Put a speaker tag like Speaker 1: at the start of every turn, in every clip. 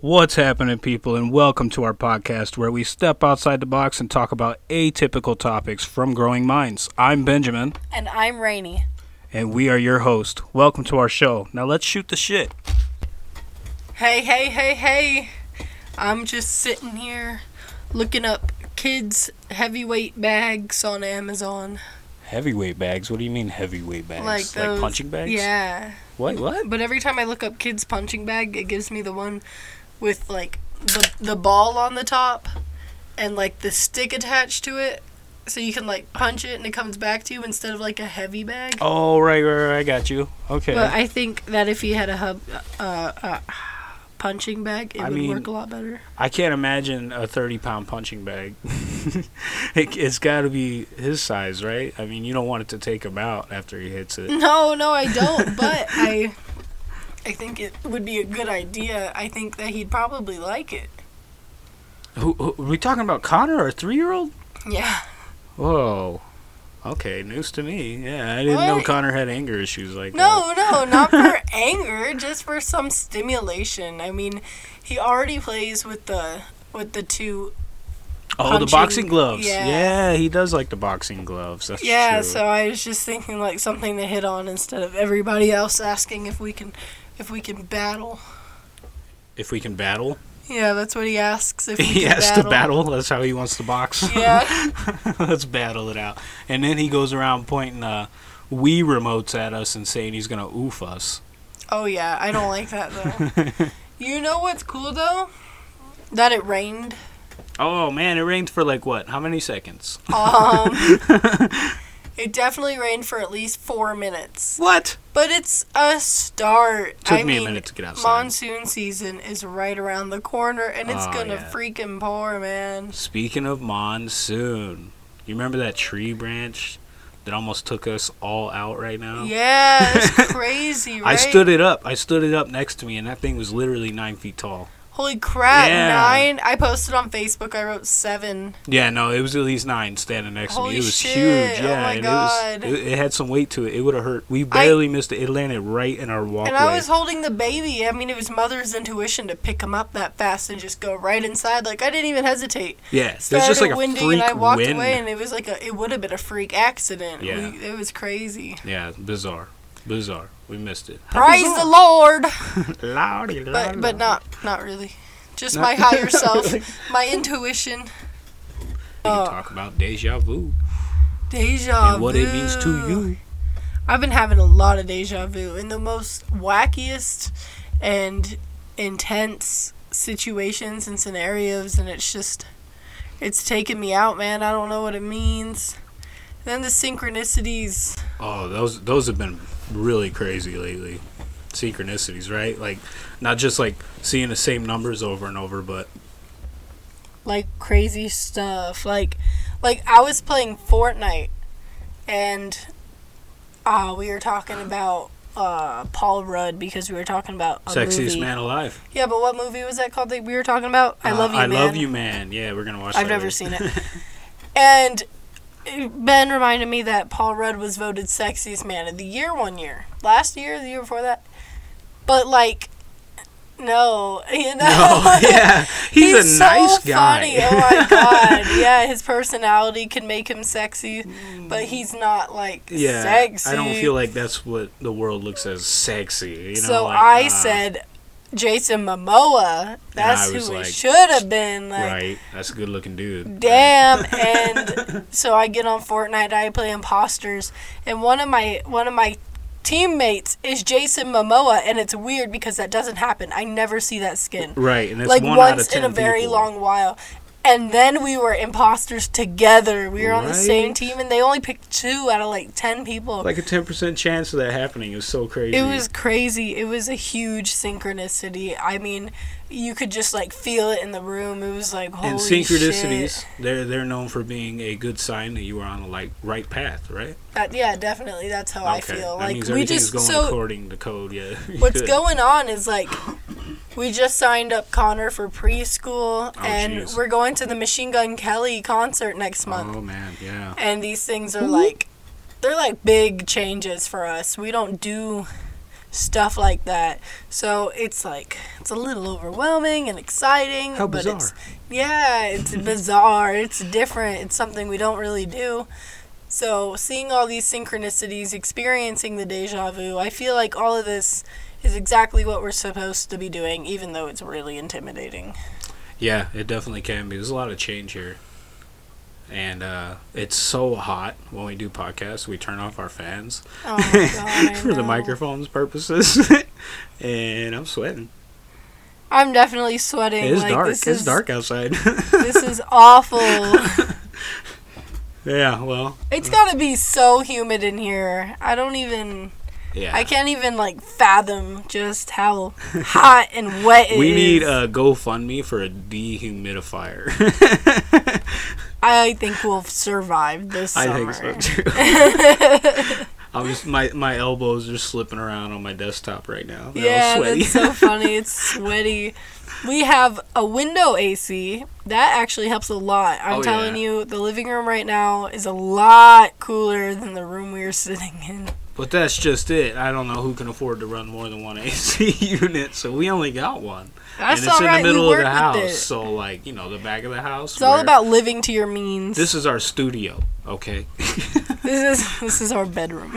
Speaker 1: What's happening, people, and welcome to our podcast where we step outside the box and talk about atypical topics from growing minds. I'm Benjamin,
Speaker 2: And I'm Rainy.
Speaker 1: and we are your host. Welcome to our show. Now let's shoot the shit.
Speaker 2: Hey, hey, hey, hey. I'm just sitting here looking up kids' heavyweight bags on Amazon.
Speaker 1: Heavyweight bags? What do you mean heavyweight bags?
Speaker 2: Like those.
Speaker 1: punching bags?
Speaker 2: Yeah.
Speaker 1: What? What?
Speaker 2: But every time I look up kids' punching bag, it gives me the one with like the, the ball on the top and like the stick attached to it. So you can like punch it and it comes back to you instead of like a heavy bag.
Speaker 1: Oh, right, right, right. I got you. Okay.
Speaker 2: But I think that if he had a hub, uh, uh, punching bag, it
Speaker 1: I
Speaker 2: would
Speaker 1: mean-
Speaker 2: work a lot better.
Speaker 1: I can't imagine a 30 pound punching bag. it, it's got to be his size, right? I mean, you don't want it to take him out after he hits it.
Speaker 2: No, no, I don't. But I, I think it would be a good idea. I think that he'd probably like it.
Speaker 1: Who, who, are we talking about Connor, our three year old?
Speaker 2: Yeah.
Speaker 1: Whoa. Okay, news to me. Yeah, I didn't know
Speaker 2: What?
Speaker 1: Connor had anger issues like
Speaker 2: No, no, not for anger, just for some stimulation. I mean, he already plays with the with the two.
Speaker 1: that. Oh, the
Speaker 2: punching-
Speaker 1: boxing gloves. Yeah.
Speaker 2: yeah.
Speaker 1: he does like the boxing gloves. That's
Speaker 2: Yeah.
Speaker 1: true.
Speaker 2: So I was just thinking like something to hit on instead of everybody else asking if we can if we can battle.
Speaker 1: If we can battle,
Speaker 2: Yeah, that's what he asks. If we
Speaker 1: he
Speaker 2: can
Speaker 1: has
Speaker 2: battle.
Speaker 1: to battle. That's how he wants to box.
Speaker 2: Yeah.
Speaker 1: Let's battle it out. And then he goes around pointing uh, Wii remotes at us and saying he's gonna oof us.
Speaker 2: Oh yeah, I don't like that though. you know what's cool though? That it rained.
Speaker 1: Oh man, it rained for like what? How many seconds?
Speaker 2: Um, it definitely rained for at least four minutes.
Speaker 1: What?
Speaker 2: But it's a start.
Speaker 1: Took
Speaker 2: I
Speaker 1: me
Speaker 2: mean,
Speaker 1: a minute to get outside.
Speaker 2: Monsoon season is right around the corner, and it's
Speaker 1: Oh,
Speaker 2: gonna
Speaker 1: yeah.
Speaker 2: freaking pour, man.
Speaker 1: Speaking of monsoon, you remember that tree branch that almost took us all out right now?
Speaker 2: Yeah, it's crazy, right?
Speaker 1: I stood it up. I stood it up next to me, and that thing was literally nine feet tall.
Speaker 2: Holy crap!
Speaker 1: Yeah.
Speaker 2: Nine. I posted on Facebook. I wrote seven.
Speaker 1: Yeah, no, it was at least nine standing next to
Speaker 2: Holy
Speaker 1: me. It was
Speaker 2: shit.
Speaker 1: huge.
Speaker 2: Oh
Speaker 1: Yeah,
Speaker 2: my
Speaker 1: and
Speaker 2: God.
Speaker 1: it was. It, it had some weight to it. It would have hurt. We barely missed it. It landed right in our walkway.
Speaker 2: And I was holding the baby. I mean, it was mother's intuition to pick him up that fast and just go right inside. Like I didn't even hesitate.
Speaker 1: yeah, there's
Speaker 2: Started
Speaker 1: just like a
Speaker 2: windy,
Speaker 1: freak
Speaker 2: and I walked
Speaker 1: wind.
Speaker 2: away, and it was like a. It would have been a freak accident.
Speaker 1: Yeah.
Speaker 2: We, it was crazy.
Speaker 1: yeah, bizarre, bizarre. We missed it.
Speaker 2: Praise the Lord,
Speaker 1: Lordy,
Speaker 2: but
Speaker 1: lordy.
Speaker 2: but not not really. Just
Speaker 1: Not-
Speaker 2: my higher self, my intuition.
Speaker 1: We can
Speaker 2: Oh.
Speaker 1: talk about deja vu
Speaker 2: Deja
Speaker 1: and what it means to
Speaker 2: vu.
Speaker 1: you.
Speaker 2: I've been having a lot of deja vu in the most wackiest and intense situations and scenarios, and it's just, it's taking me out, man. I don't know what it means. then the synchronicities.
Speaker 1: Oh, those those have been really crazy lately. Synchronicities, right? Like not just like seeing the same numbers over and over, but
Speaker 2: like crazy stuff. Like like I was playing Fortnite and uh we were talking about uh Paul Rudd because we were talking about a
Speaker 1: sexiest
Speaker 2: movie.
Speaker 1: man alive.
Speaker 2: Yeah, but what movie was that called that we were talking about? I
Speaker 1: Uh,
Speaker 2: love you
Speaker 1: I
Speaker 2: man.
Speaker 1: love you, man. Yeah, we're gonna watch.
Speaker 2: I've
Speaker 1: that
Speaker 2: never
Speaker 1: later.
Speaker 2: seen it. and Ben reminded me that Paul Rudd was voted sexiest man of the year one year. Last year, the year before that. But like no, you
Speaker 1: No,
Speaker 2: know.
Speaker 1: Oh, yeah, he's, a
Speaker 2: so
Speaker 1: nice
Speaker 2: Funny.
Speaker 1: guy.
Speaker 2: Oh my god! Yeah, his personality can make him sexy, but he's not like
Speaker 1: Mm. Yeah,
Speaker 2: sexy.
Speaker 1: I don't feel like that's what the world looks as sexy. You know,
Speaker 2: so
Speaker 1: like,
Speaker 2: I
Speaker 1: uh,
Speaker 2: said, Jason Momoa.
Speaker 1: I
Speaker 2: That's who
Speaker 1: was
Speaker 2: it
Speaker 1: like,
Speaker 2: should have been. Like,
Speaker 1: right, that's a good looking dude.
Speaker 2: damn and so i get on fortnite i play imposters and one of my one of my teammates is jason momoa and it's weird because that doesn't happen i never see that skin
Speaker 1: Right, and it's
Speaker 2: like
Speaker 1: one out of
Speaker 2: once
Speaker 1: ten
Speaker 2: in a very
Speaker 1: people.
Speaker 2: long while and then we were imposters together we were on the same
Speaker 1: Right.
Speaker 2: team and they only picked two out of like 10 people
Speaker 1: Like a ten percent chance of that happening is so crazy.
Speaker 2: it was crazy. It was a huge synchronicity. I mean, you could just like feel it in the room. It was like holy
Speaker 1: and
Speaker 2: shit.
Speaker 1: synchronicities they're they're known for being a good sign that you are on the like right path right
Speaker 2: That, Uh, yeah, definitely. That's how I feel.
Speaker 1: that
Speaker 2: like
Speaker 1: means
Speaker 2: we
Speaker 1: everything's
Speaker 2: just
Speaker 1: going
Speaker 2: so
Speaker 1: according to code yeah
Speaker 2: what's
Speaker 1: Good.
Speaker 2: going on is like we just signed up Connor for preschool, and
Speaker 1: Oh, jeez.
Speaker 2: we're going to the Machine Gun Kelly concert next month.
Speaker 1: oh man yeah Mm-hmm.
Speaker 2: And these things are like they're like big changes for us. We don't do stuff like that. So it's like it's a little overwhelming and exciting.
Speaker 3: How
Speaker 2: but
Speaker 3: bizarre.
Speaker 2: It's, yeah, it's bizarre. It's different. It's something we don't really do. So seeing all these synchronicities, experiencing the deja vu, I feel like all of this is exactly what we're supposed to be doing, even though it's really intimidating.
Speaker 1: Yeah, it definitely can be. There's a lot of change here. And uh, it's so hot when we do podcasts, we turn off our fans
Speaker 2: Oh my god! I
Speaker 1: for the
Speaker 2: know.
Speaker 1: microphone's purposes. and I'm sweating.
Speaker 2: I'm definitely sweating.
Speaker 1: It is
Speaker 2: like,
Speaker 1: dark.
Speaker 2: This
Speaker 1: It's
Speaker 2: is,
Speaker 1: dark outside.
Speaker 2: This is awful.
Speaker 1: yeah, well,
Speaker 2: It's gotta be so humid in here. I don't even.
Speaker 1: yeah.
Speaker 2: I can't even like fathom just how hot and wet it is.
Speaker 1: we need a GoFundMe for a dehumidifier.
Speaker 2: I think we'll survive this
Speaker 1: I
Speaker 2: summer.
Speaker 1: think so too. I'm just, my my elbows are slipping around on my desktop right now. They're all
Speaker 2: yeah,
Speaker 1: sweaty.
Speaker 2: that's so funny. It's sweaty. We have a window AC. That actually helps a lot. I'm
Speaker 1: Oh,
Speaker 2: telling
Speaker 1: yeah.
Speaker 2: you, the living room right now is a lot cooler than the room we are sitting in.
Speaker 1: But that's just it. I don't know who can afford to run more than one AC unit, so we only got one.
Speaker 2: That's
Speaker 1: and it's
Speaker 2: all right.
Speaker 1: in the middle
Speaker 2: we
Speaker 1: of
Speaker 2: work
Speaker 1: the
Speaker 2: with
Speaker 1: house,
Speaker 2: it.
Speaker 1: so like, you know, the back of the house.
Speaker 2: it's all
Speaker 1: where-
Speaker 2: about living to your means.
Speaker 1: This is our studio, okay?
Speaker 2: this is this is our bedroom.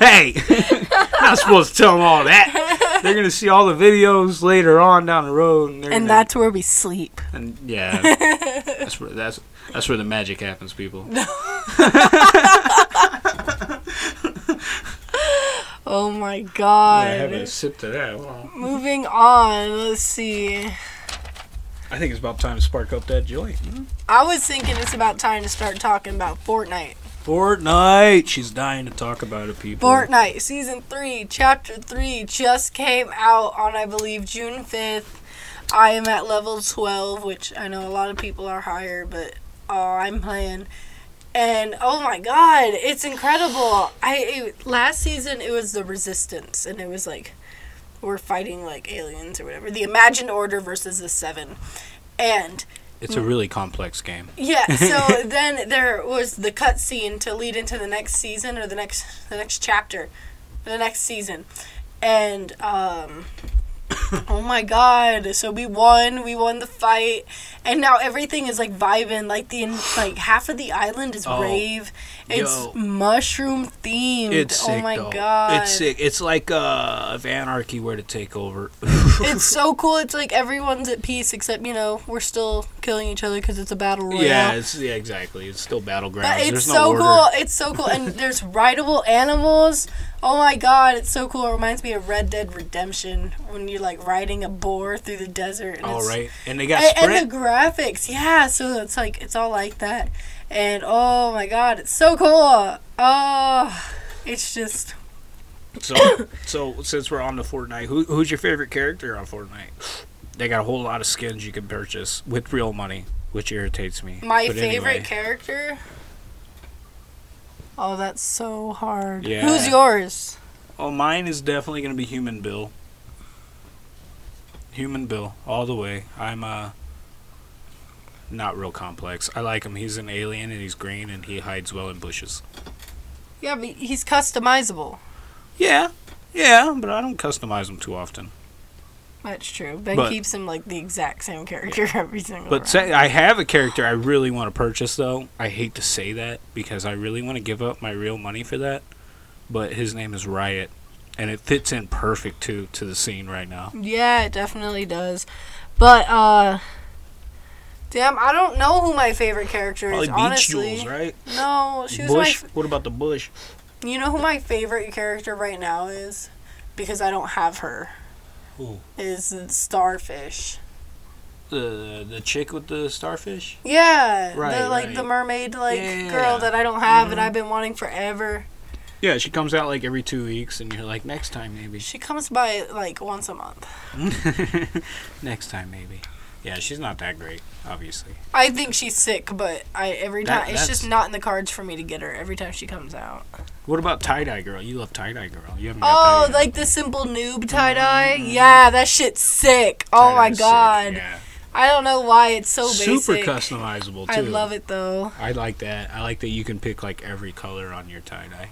Speaker 1: hey! Not supposed to tell them all that. They're going to see all the videos later on down the road and they're
Speaker 2: and
Speaker 1: gonna,
Speaker 2: that's where we sleep.
Speaker 1: and yeah. that's where that's that's where the magic happens, people.
Speaker 2: Oh my
Speaker 1: I
Speaker 2: god.
Speaker 1: haven't sipped of that. Hold on.
Speaker 2: Moving on, let's see.
Speaker 1: I think it's about time to spark up that joint.
Speaker 2: I was thinking it's about time to start talking about Fortnite.
Speaker 1: Fortnite. She's dying to talk about it, people.
Speaker 2: Fortnite Season 3, Chapter 3 just came out on, I believe, June 5th. I am at level 12, which I know a lot of people are higher, but uh, I'm playing. And oh my god, it's incredible. I it, last season it was the resistance and it was like we're fighting like aliens or whatever. The Imagined Order versus the 7. And
Speaker 1: It's a really complex game.
Speaker 2: Yeah, so then there was the cutscene to lead into the next season or the next the next chapter, the next season, and um, oh my god! So we won, we won the fight, and now everything is like vibing. Like the en- like half of the island is
Speaker 1: Oh,
Speaker 2: rave. It's
Speaker 1: yo.
Speaker 2: mushroom themed.
Speaker 1: It's
Speaker 2: oh
Speaker 1: sick,
Speaker 2: my
Speaker 1: though.
Speaker 2: god!
Speaker 1: It's sick. It's like uh, if anarchy were to take over.
Speaker 2: It's so cool. It's like everyone's at peace except you know we're still killing each other because it's a battle royale.
Speaker 1: yeah, it's, yeah, exactly. It's still battlegrounds.
Speaker 2: But it's
Speaker 1: There's no
Speaker 2: so
Speaker 1: order.
Speaker 2: cool. It's so cool. And there's rideable animals. Oh my god, it's so cool. It reminds me of Red Dead Redemption when you're like riding a boar through the desert. And
Speaker 1: All
Speaker 2: it's,
Speaker 1: right, and they
Speaker 2: A-
Speaker 1: got
Speaker 2: And,
Speaker 1: sprint.
Speaker 2: the graphics, yeah. So it's like it's all like that. And oh my god, it's so cool. Oh, it's just
Speaker 1: so, so since we're on the Fortnite, who, who's your favorite character on Fortnite? They got a whole lot of skins you can purchase with real money, which irritates me.
Speaker 2: my
Speaker 1: But
Speaker 2: favorite
Speaker 1: anyway.
Speaker 2: character. Oh, that's so hard.
Speaker 1: Yeah.
Speaker 2: Who's yours?
Speaker 1: Oh, mine is definitely gonna be Human Bill. Human Bill, all the way. I'm uh not real complex. I like him. He's an alien and he's green and he hides well in bushes.
Speaker 2: Yeah, but he's customizable.
Speaker 1: Yeah, yeah, but I don't customize him too often.
Speaker 2: That's true. That
Speaker 1: But-
Speaker 2: keeps him like the exact same character every single.
Speaker 1: But
Speaker 2: round.
Speaker 1: say, I have a character I really want to purchase though. I hate to say that because I really want to give up my real money for that. But his name is Riot, and it fits in perfect too to the scene right now.
Speaker 2: yeah, it definitely does. But uh, damn, I don't know who my favorite character is. honestly,
Speaker 1: right?
Speaker 2: no, she was
Speaker 1: Bush.
Speaker 2: my.
Speaker 1: What about the bush?
Speaker 2: F- you know who my favorite character right now is, because I don't have her.
Speaker 1: Who?
Speaker 2: Is Starfish?
Speaker 1: the the chick with the starfish.
Speaker 2: Yeah,
Speaker 1: Right,
Speaker 2: the like the
Speaker 1: right.
Speaker 2: mermaid like
Speaker 1: Yeah. Mm-hmm.
Speaker 2: girl that I don't have and I've been wanting forever.
Speaker 1: Yeah, she comes out like every two weeks, and you're like, next time maybe,
Speaker 2: She comes by like once a month.
Speaker 1: next time maybe. Yeah, she's not that great, obviously.
Speaker 2: I think she's sick, but I every
Speaker 1: That-
Speaker 2: time it's just
Speaker 1: that's-
Speaker 2: not in the cards for me to get her every time she comes out.
Speaker 1: What about tie dye girl? You love tie dye girl. You haven't.
Speaker 2: Oh,
Speaker 1: got that yet.
Speaker 2: like the simple
Speaker 1: Mm-hmm.
Speaker 2: noob tie dye. Yeah, that shit's sick. Oh
Speaker 1: Tie-dye's
Speaker 2: my
Speaker 1: sick,
Speaker 2: god.
Speaker 1: yeah.
Speaker 2: I don't know why it's so basic.
Speaker 1: Super customizable too.
Speaker 2: I love it though.
Speaker 1: I like that. I like that you can pick like every color on your tie dye.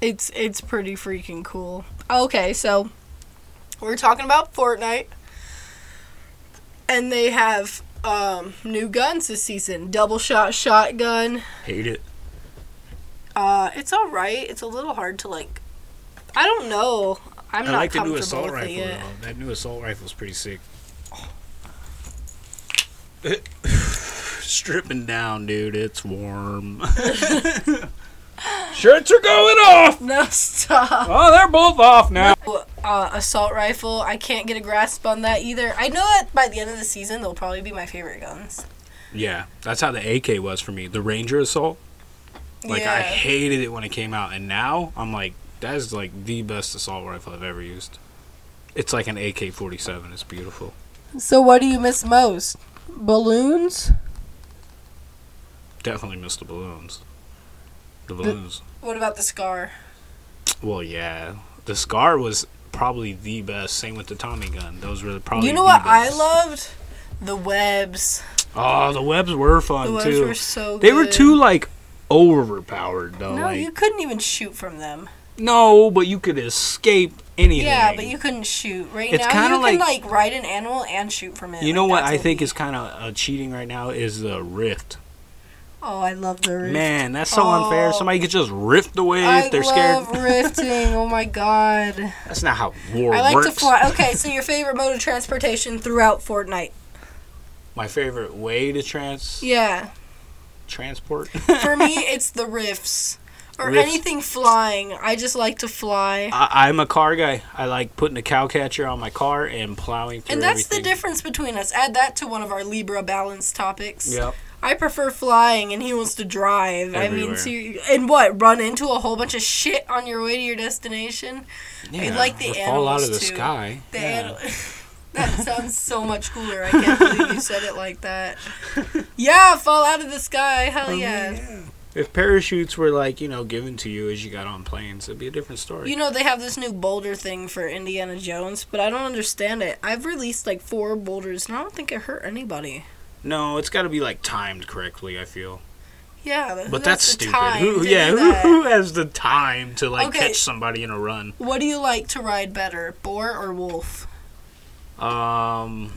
Speaker 2: It's it's pretty freaking cool. Okay, so we're talking about Fortnite, and they have um, new guns this season: double shot shotgun.
Speaker 1: Hate it.
Speaker 2: Uh, it's all right. It's a little hard to like. I don't know. I'm
Speaker 1: i
Speaker 2: not
Speaker 1: like the
Speaker 2: comfortable
Speaker 1: new assault
Speaker 2: with
Speaker 1: rifle.
Speaker 2: it yet.
Speaker 1: Though. That new assault rifle's pretty sick. Stripping down, dude. It's warm. Shirts are going off.
Speaker 2: No stop.
Speaker 1: Oh, they're both off now.
Speaker 2: Uh, assault rifle. I can't get a grasp on that either. I know that by the end of the season, they'll probably be my favorite guns.
Speaker 1: Yeah, that's how the AK was for me. The Ranger assault. Like I
Speaker 2: Yeah.
Speaker 1: hated it when it came out, and now I'm like, that is like the best assault rifle I've ever used. It's like an AK-47. It's beautiful.
Speaker 2: So what do you miss most? Balloons?
Speaker 1: Definitely missed the balloons. The balloons.
Speaker 2: What about the scar?
Speaker 1: Well, yeah. The Scar was probably the best. Same with the Tommy gun. Those were probably.
Speaker 2: you know
Speaker 1: the
Speaker 2: what I
Speaker 1: best.
Speaker 2: loved? The webs.
Speaker 1: Oh, the webs were fun
Speaker 2: The webs
Speaker 1: too.
Speaker 2: were so
Speaker 1: they were
Speaker 2: good.
Speaker 1: too like overpowered though.
Speaker 2: No,
Speaker 1: like,
Speaker 2: you couldn't even shoot from them.
Speaker 1: no, but you could escape anything.
Speaker 2: Yeah, but you couldn't shoot. Right
Speaker 1: It's
Speaker 2: now, you
Speaker 1: kinda like-
Speaker 2: can like, ride an animal and shoot from it.
Speaker 1: You
Speaker 2: Like,
Speaker 1: know what
Speaker 2: that's
Speaker 1: I
Speaker 2: a
Speaker 1: think
Speaker 2: weed.
Speaker 1: is kind of uh, cheating right now is the rift.
Speaker 2: Oh, I love the rift.
Speaker 1: Man, that's so unfair.
Speaker 2: Oh.
Speaker 1: Somebody could just rift the wave.
Speaker 2: I
Speaker 1: They're
Speaker 2: love
Speaker 1: scared.
Speaker 2: rifting. Oh my god.
Speaker 1: That's not how war
Speaker 2: I like
Speaker 1: works.
Speaker 2: to fly. Okay, so your favorite mode of transportation throughout Fortnite?
Speaker 1: My favorite way to trans
Speaker 2: Yeah.
Speaker 1: transport.
Speaker 2: For me, it's the rifts or
Speaker 1: Rifts.
Speaker 2: anything flying. I just like to fly.
Speaker 1: I, I'm a car guy. I like putting a cow catcher on my car and plowing through.
Speaker 2: And that's
Speaker 1: everything.
Speaker 2: the difference between us. Add that to one of our Libra balance topics.
Speaker 1: Yep.
Speaker 2: I prefer flying, and he wants to drive. I
Speaker 1: Everywhere.
Speaker 2: mean, so you- and what? Run into a whole bunch of shit on your way to your destination.
Speaker 1: Yeah,
Speaker 2: like the
Speaker 1: or fall out
Speaker 2: animals,
Speaker 1: of the
Speaker 2: too.
Speaker 1: sky.
Speaker 2: The
Speaker 1: Yeah.
Speaker 2: an- that sounds so much cooler. I can't believe you said it like that. Yeah, fall out of the sky.
Speaker 1: Oh,
Speaker 2: Hell Oh, yeah.
Speaker 1: If parachutes were like you know given to you as you got on planes, it'd be a different story.
Speaker 2: You know, they have this new boulder thing for Indiana Jones, but I don't understand it. I've released like four boulders, and I don't think it hurt anybody.
Speaker 1: no, it's got to be like timed correctly. I feel,
Speaker 2: Yeah, that-
Speaker 1: but that's,
Speaker 2: the
Speaker 1: stupid.
Speaker 2: time
Speaker 1: who,
Speaker 2: to
Speaker 1: yeah,
Speaker 2: do
Speaker 1: who,
Speaker 2: that.
Speaker 1: who has the time to like
Speaker 2: Okay.
Speaker 1: catch somebody in a run?
Speaker 2: What do you like to ride better, boar or wolf?
Speaker 1: Um,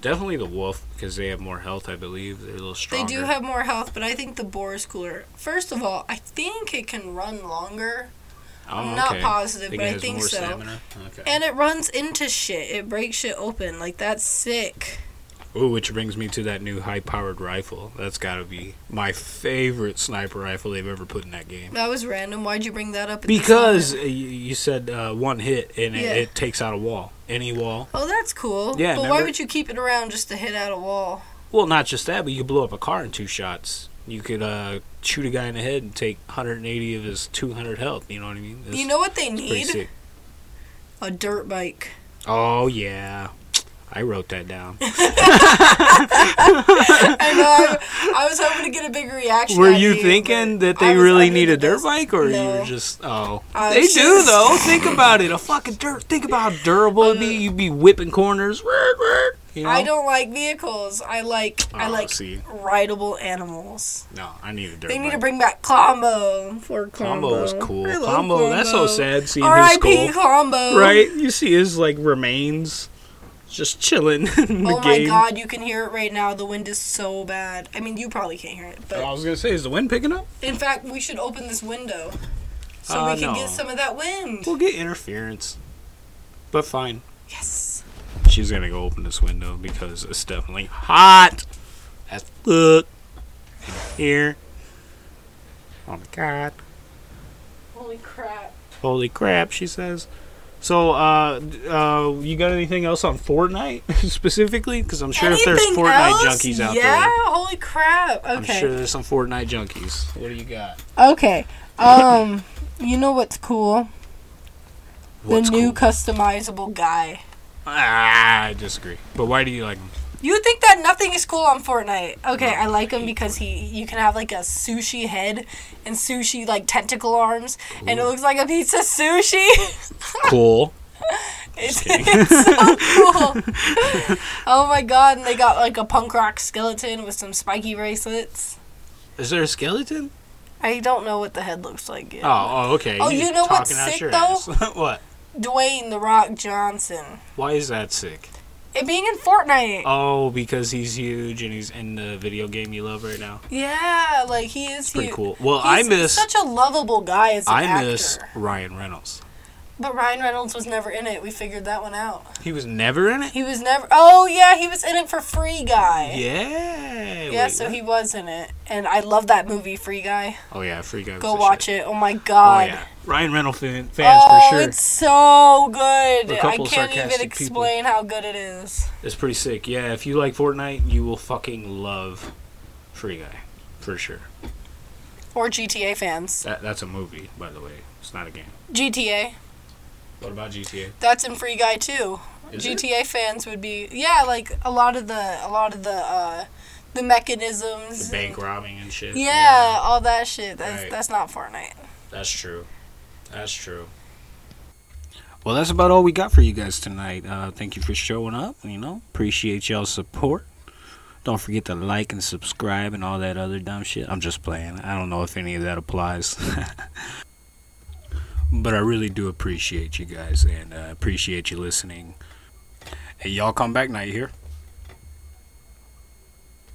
Speaker 1: definitely the wolf because they have more health. I believe they're a little stronger.
Speaker 2: They do have more health, but I think the boar is cooler. First of all, I think it can run longer,
Speaker 1: Oh,
Speaker 2: I'm not positive,
Speaker 1: Think
Speaker 2: but
Speaker 1: it
Speaker 2: I
Speaker 1: has
Speaker 2: think
Speaker 1: more
Speaker 2: so.
Speaker 1: Stamina? Okay.
Speaker 2: and it runs into shit. It breaks shit open. Like that's sick.
Speaker 1: Ooh, which brings me to that new high-powered rifle. That's got to be my favorite sniper rifle they've ever put in that game.
Speaker 2: That was random. Why'd you bring that up? at this
Speaker 1: Because
Speaker 2: moment?
Speaker 1: uh, you, you said uh, one hit and
Speaker 2: Yeah.
Speaker 1: it, it takes out a wall, any wall.
Speaker 2: Oh, that's cool.
Speaker 1: Yeah,
Speaker 2: but why
Speaker 1: remember-
Speaker 2: would you keep it around just to hit out a wall?
Speaker 1: Well, not just that, but you could blow up a car in two shots. You could uh, shoot a guy in the head and take 180 of his 200 health. You know what I mean? It's
Speaker 2: you know what they
Speaker 1: pretty
Speaker 2: need?
Speaker 1: sick.
Speaker 2: A dirt bike.
Speaker 1: Oh yeah, I wrote that down.
Speaker 2: I know. I, I was hoping to get a big reaction.
Speaker 1: Were
Speaker 2: out of
Speaker 1: you
Speaker 2: but
Speaker 1: thinking that
Speaker 2: I
Speaker 1: they
Speaker 2: was
Speaker 1: really
Speaker 2: under
Speaker 1: need
Speaker 2: the
Speaker 1: a dirt
Speaker 2: bus-
Speaker 1: bike, or you
Speaker 2: No.
Speaker 1: were just oh?
Speaker 2: I
Speaker 1: they
Speaker 2: was
Speaker 1: do
Speaker 2: just-
Speaker 1: though. Think about it. A fucking dirt. Think about how durable it'd be. You'd be whipping corners. You know?
Speaker 2: Um, I don't like vehicles. I like I
Speaker 1: Oh,
Speaker 2: like
Speaker 1: see.
Speaker 2: rideable animals.
Speaker 1: No, I need a dirt
Speaker 2: They need to
Speaker 1: bike.
Speaker 2: bring back Combo for Combo.
Speaker 1: Combo was cool.
Speaker 2: I love
Speaker 1: Combo, that's so sad seeing his
Speaker 2: R.I.P.
Speaker 1: skull.
Speaker 2: Combo.
Speaker 1: right? You see his like remains, just chilling in the
Speaker 2: Oh my
Speaker 1: game.
Speaker 2: god, you can hear it right now. The wind is so bad. I mean, you probably can't hear it,
Speaker 1: Oh, I
Speaker 2: but
Speaker 1: was gonna say, is the wind picking up?
Speaker 2: in fact, we should open this window so
Speaker 1: Uh,
Speaker 2: we can
Speaker 1: no.
Speaker 2: get some of that wind.
Speaker 1: We'll get interference, but fine.
Speaker 2: Yes.
Speaker 1: She's gonna go open this window because it's definitely hot as fuck in here. Oh my god.
Speaker 2: Holy crap.
Speaker 1: Holy crap, she says. So, uh, d- uh, you got anything else on Fortnite specifically? Because I'm sure if there's
Speaker 2: Anything
Speaker 1: Fortnite
Speaker 2: else?
Speaker 1: junkies out
Speaker 2: yeah,
Speaker 1: there,
Speaker 2: holy crap.
Speaker 1: I'm
Speaker 2: Okay.
Speaker 1: sure there's some Fortnite junkies. What do you got?
Speaker 2: Okay. Um, you know what's cool?
Speaker 1: What's
Speaker 2: the new
Speaker 1: cool?
Speaker 2: customizable guy.
Speaker 1: Ah, I disagree. But why do you like them?
Speaker 2: You think that nothing is cool on Fortnite. Okay, I like him because he you can have like a sushi head and sushi like tentacle arms and it looks like a piece of sushi.
Speaker 1: Cool.
Speaker 2: it's, it's so cool. oh my god, and they got like a punk rock skeleton with some spiky bracelets.
Speaker 1: Is there a skeleton?
Speaker 2: I don't know what the head looks like yet.
Speaker 1: Oh, oh okay.
Speaker 2: Oh,
Speaker 1: You're
Speaker 2: you
Speaker 1: just
Speaker 2: know what's
Speaker 1: talking out
Speaker 2: sick,
Speaker 1: your
Speaker 2: though?
Speaker 1: ass. what?
Speaker 2: Dwayne the Rock Johnson.
Speaker 1: Why is that sick?
Speaker 2: It being in Fortnite.
Speaker 1: Oh, because he's huge and he's in the video game you love right now.
Speaker 2: Yeah, like he is.
Speaker 1: Oh. It's pretty
Speaker 2: hu-
Speaker 1: cool. Well, I
Speaker 2: He's
Speaker 1: miss
Speaker 2: such a lovable guy as an
Speaker 1: I
Speaker 2: actor.
Speaker 1: miss Ryan Reynolds.
Speaker 2: But Ryan Reynolds was never in it. We figured that one out.
Speaker 1: He was never in it.
Speaker 2: He was never. Oh yeah, he was in it for Free Guy.
Speaker 1: Yeah.
Speaker 2: Yeah,
Speaker 1: wait,
Speaker 2: so
Speaker 1: what?
Speaker 2: he was in it, and I love that movie, Free Guy.
Speaker 1: Oh yeah, Free Guy. was
Speaker 2: Go
Speaker 1: the
Speaker 2: watch
Speaker 1: shit.
Speaker 2: it. Oh my
Speaker 1: Oh
Speaker 2: god.
Speaker 1: yeah, Ryan Reynolds fan, fans
Speaker 2: Oh,
Speaker 1: for sure.
Speaker 2: it's so good.
Speaker 1: A
Speaker 2: I
Speaker 1: couple
Speaker 2: can't even
Speaker 1: sarcastic people.
Speaker 2: explain how good it is.
Speaker 1: It's pretty sick. Yeah, if you like Fortnite, you will fucking love Free Guy for sure.
Speaker 2: Or GTA fans.
Speaker 1: That that's a movie, by the way. It's not a game.
Speaker 2: GTA.
Speaker 1: What about GTA?
Speaker 2: That's in Free Guy too.
Speaker 1: Is it?
Speaker 2: GTA fans would be yeah, like a lot of the a lot of the uh the mechanisms.
Speaker 1: The bank robbing and shit.
Speaker 2: yeah, all that shit. That's
Speaker 1: Right.
Speaker 2: that's not Fortnite.
Speaker 1: That's true. That's true. Well, that's about all we got for you guys tonight. Uh, thank you for showing up. You know, appreciate y'all's support. Don't forget to like and subscribe and all that other dumb shit. I'm just playing. I don't know if any of that applies. but I really do appreciate you guys and uh, appreciate you listening. Hey, y'all come back now, you hear?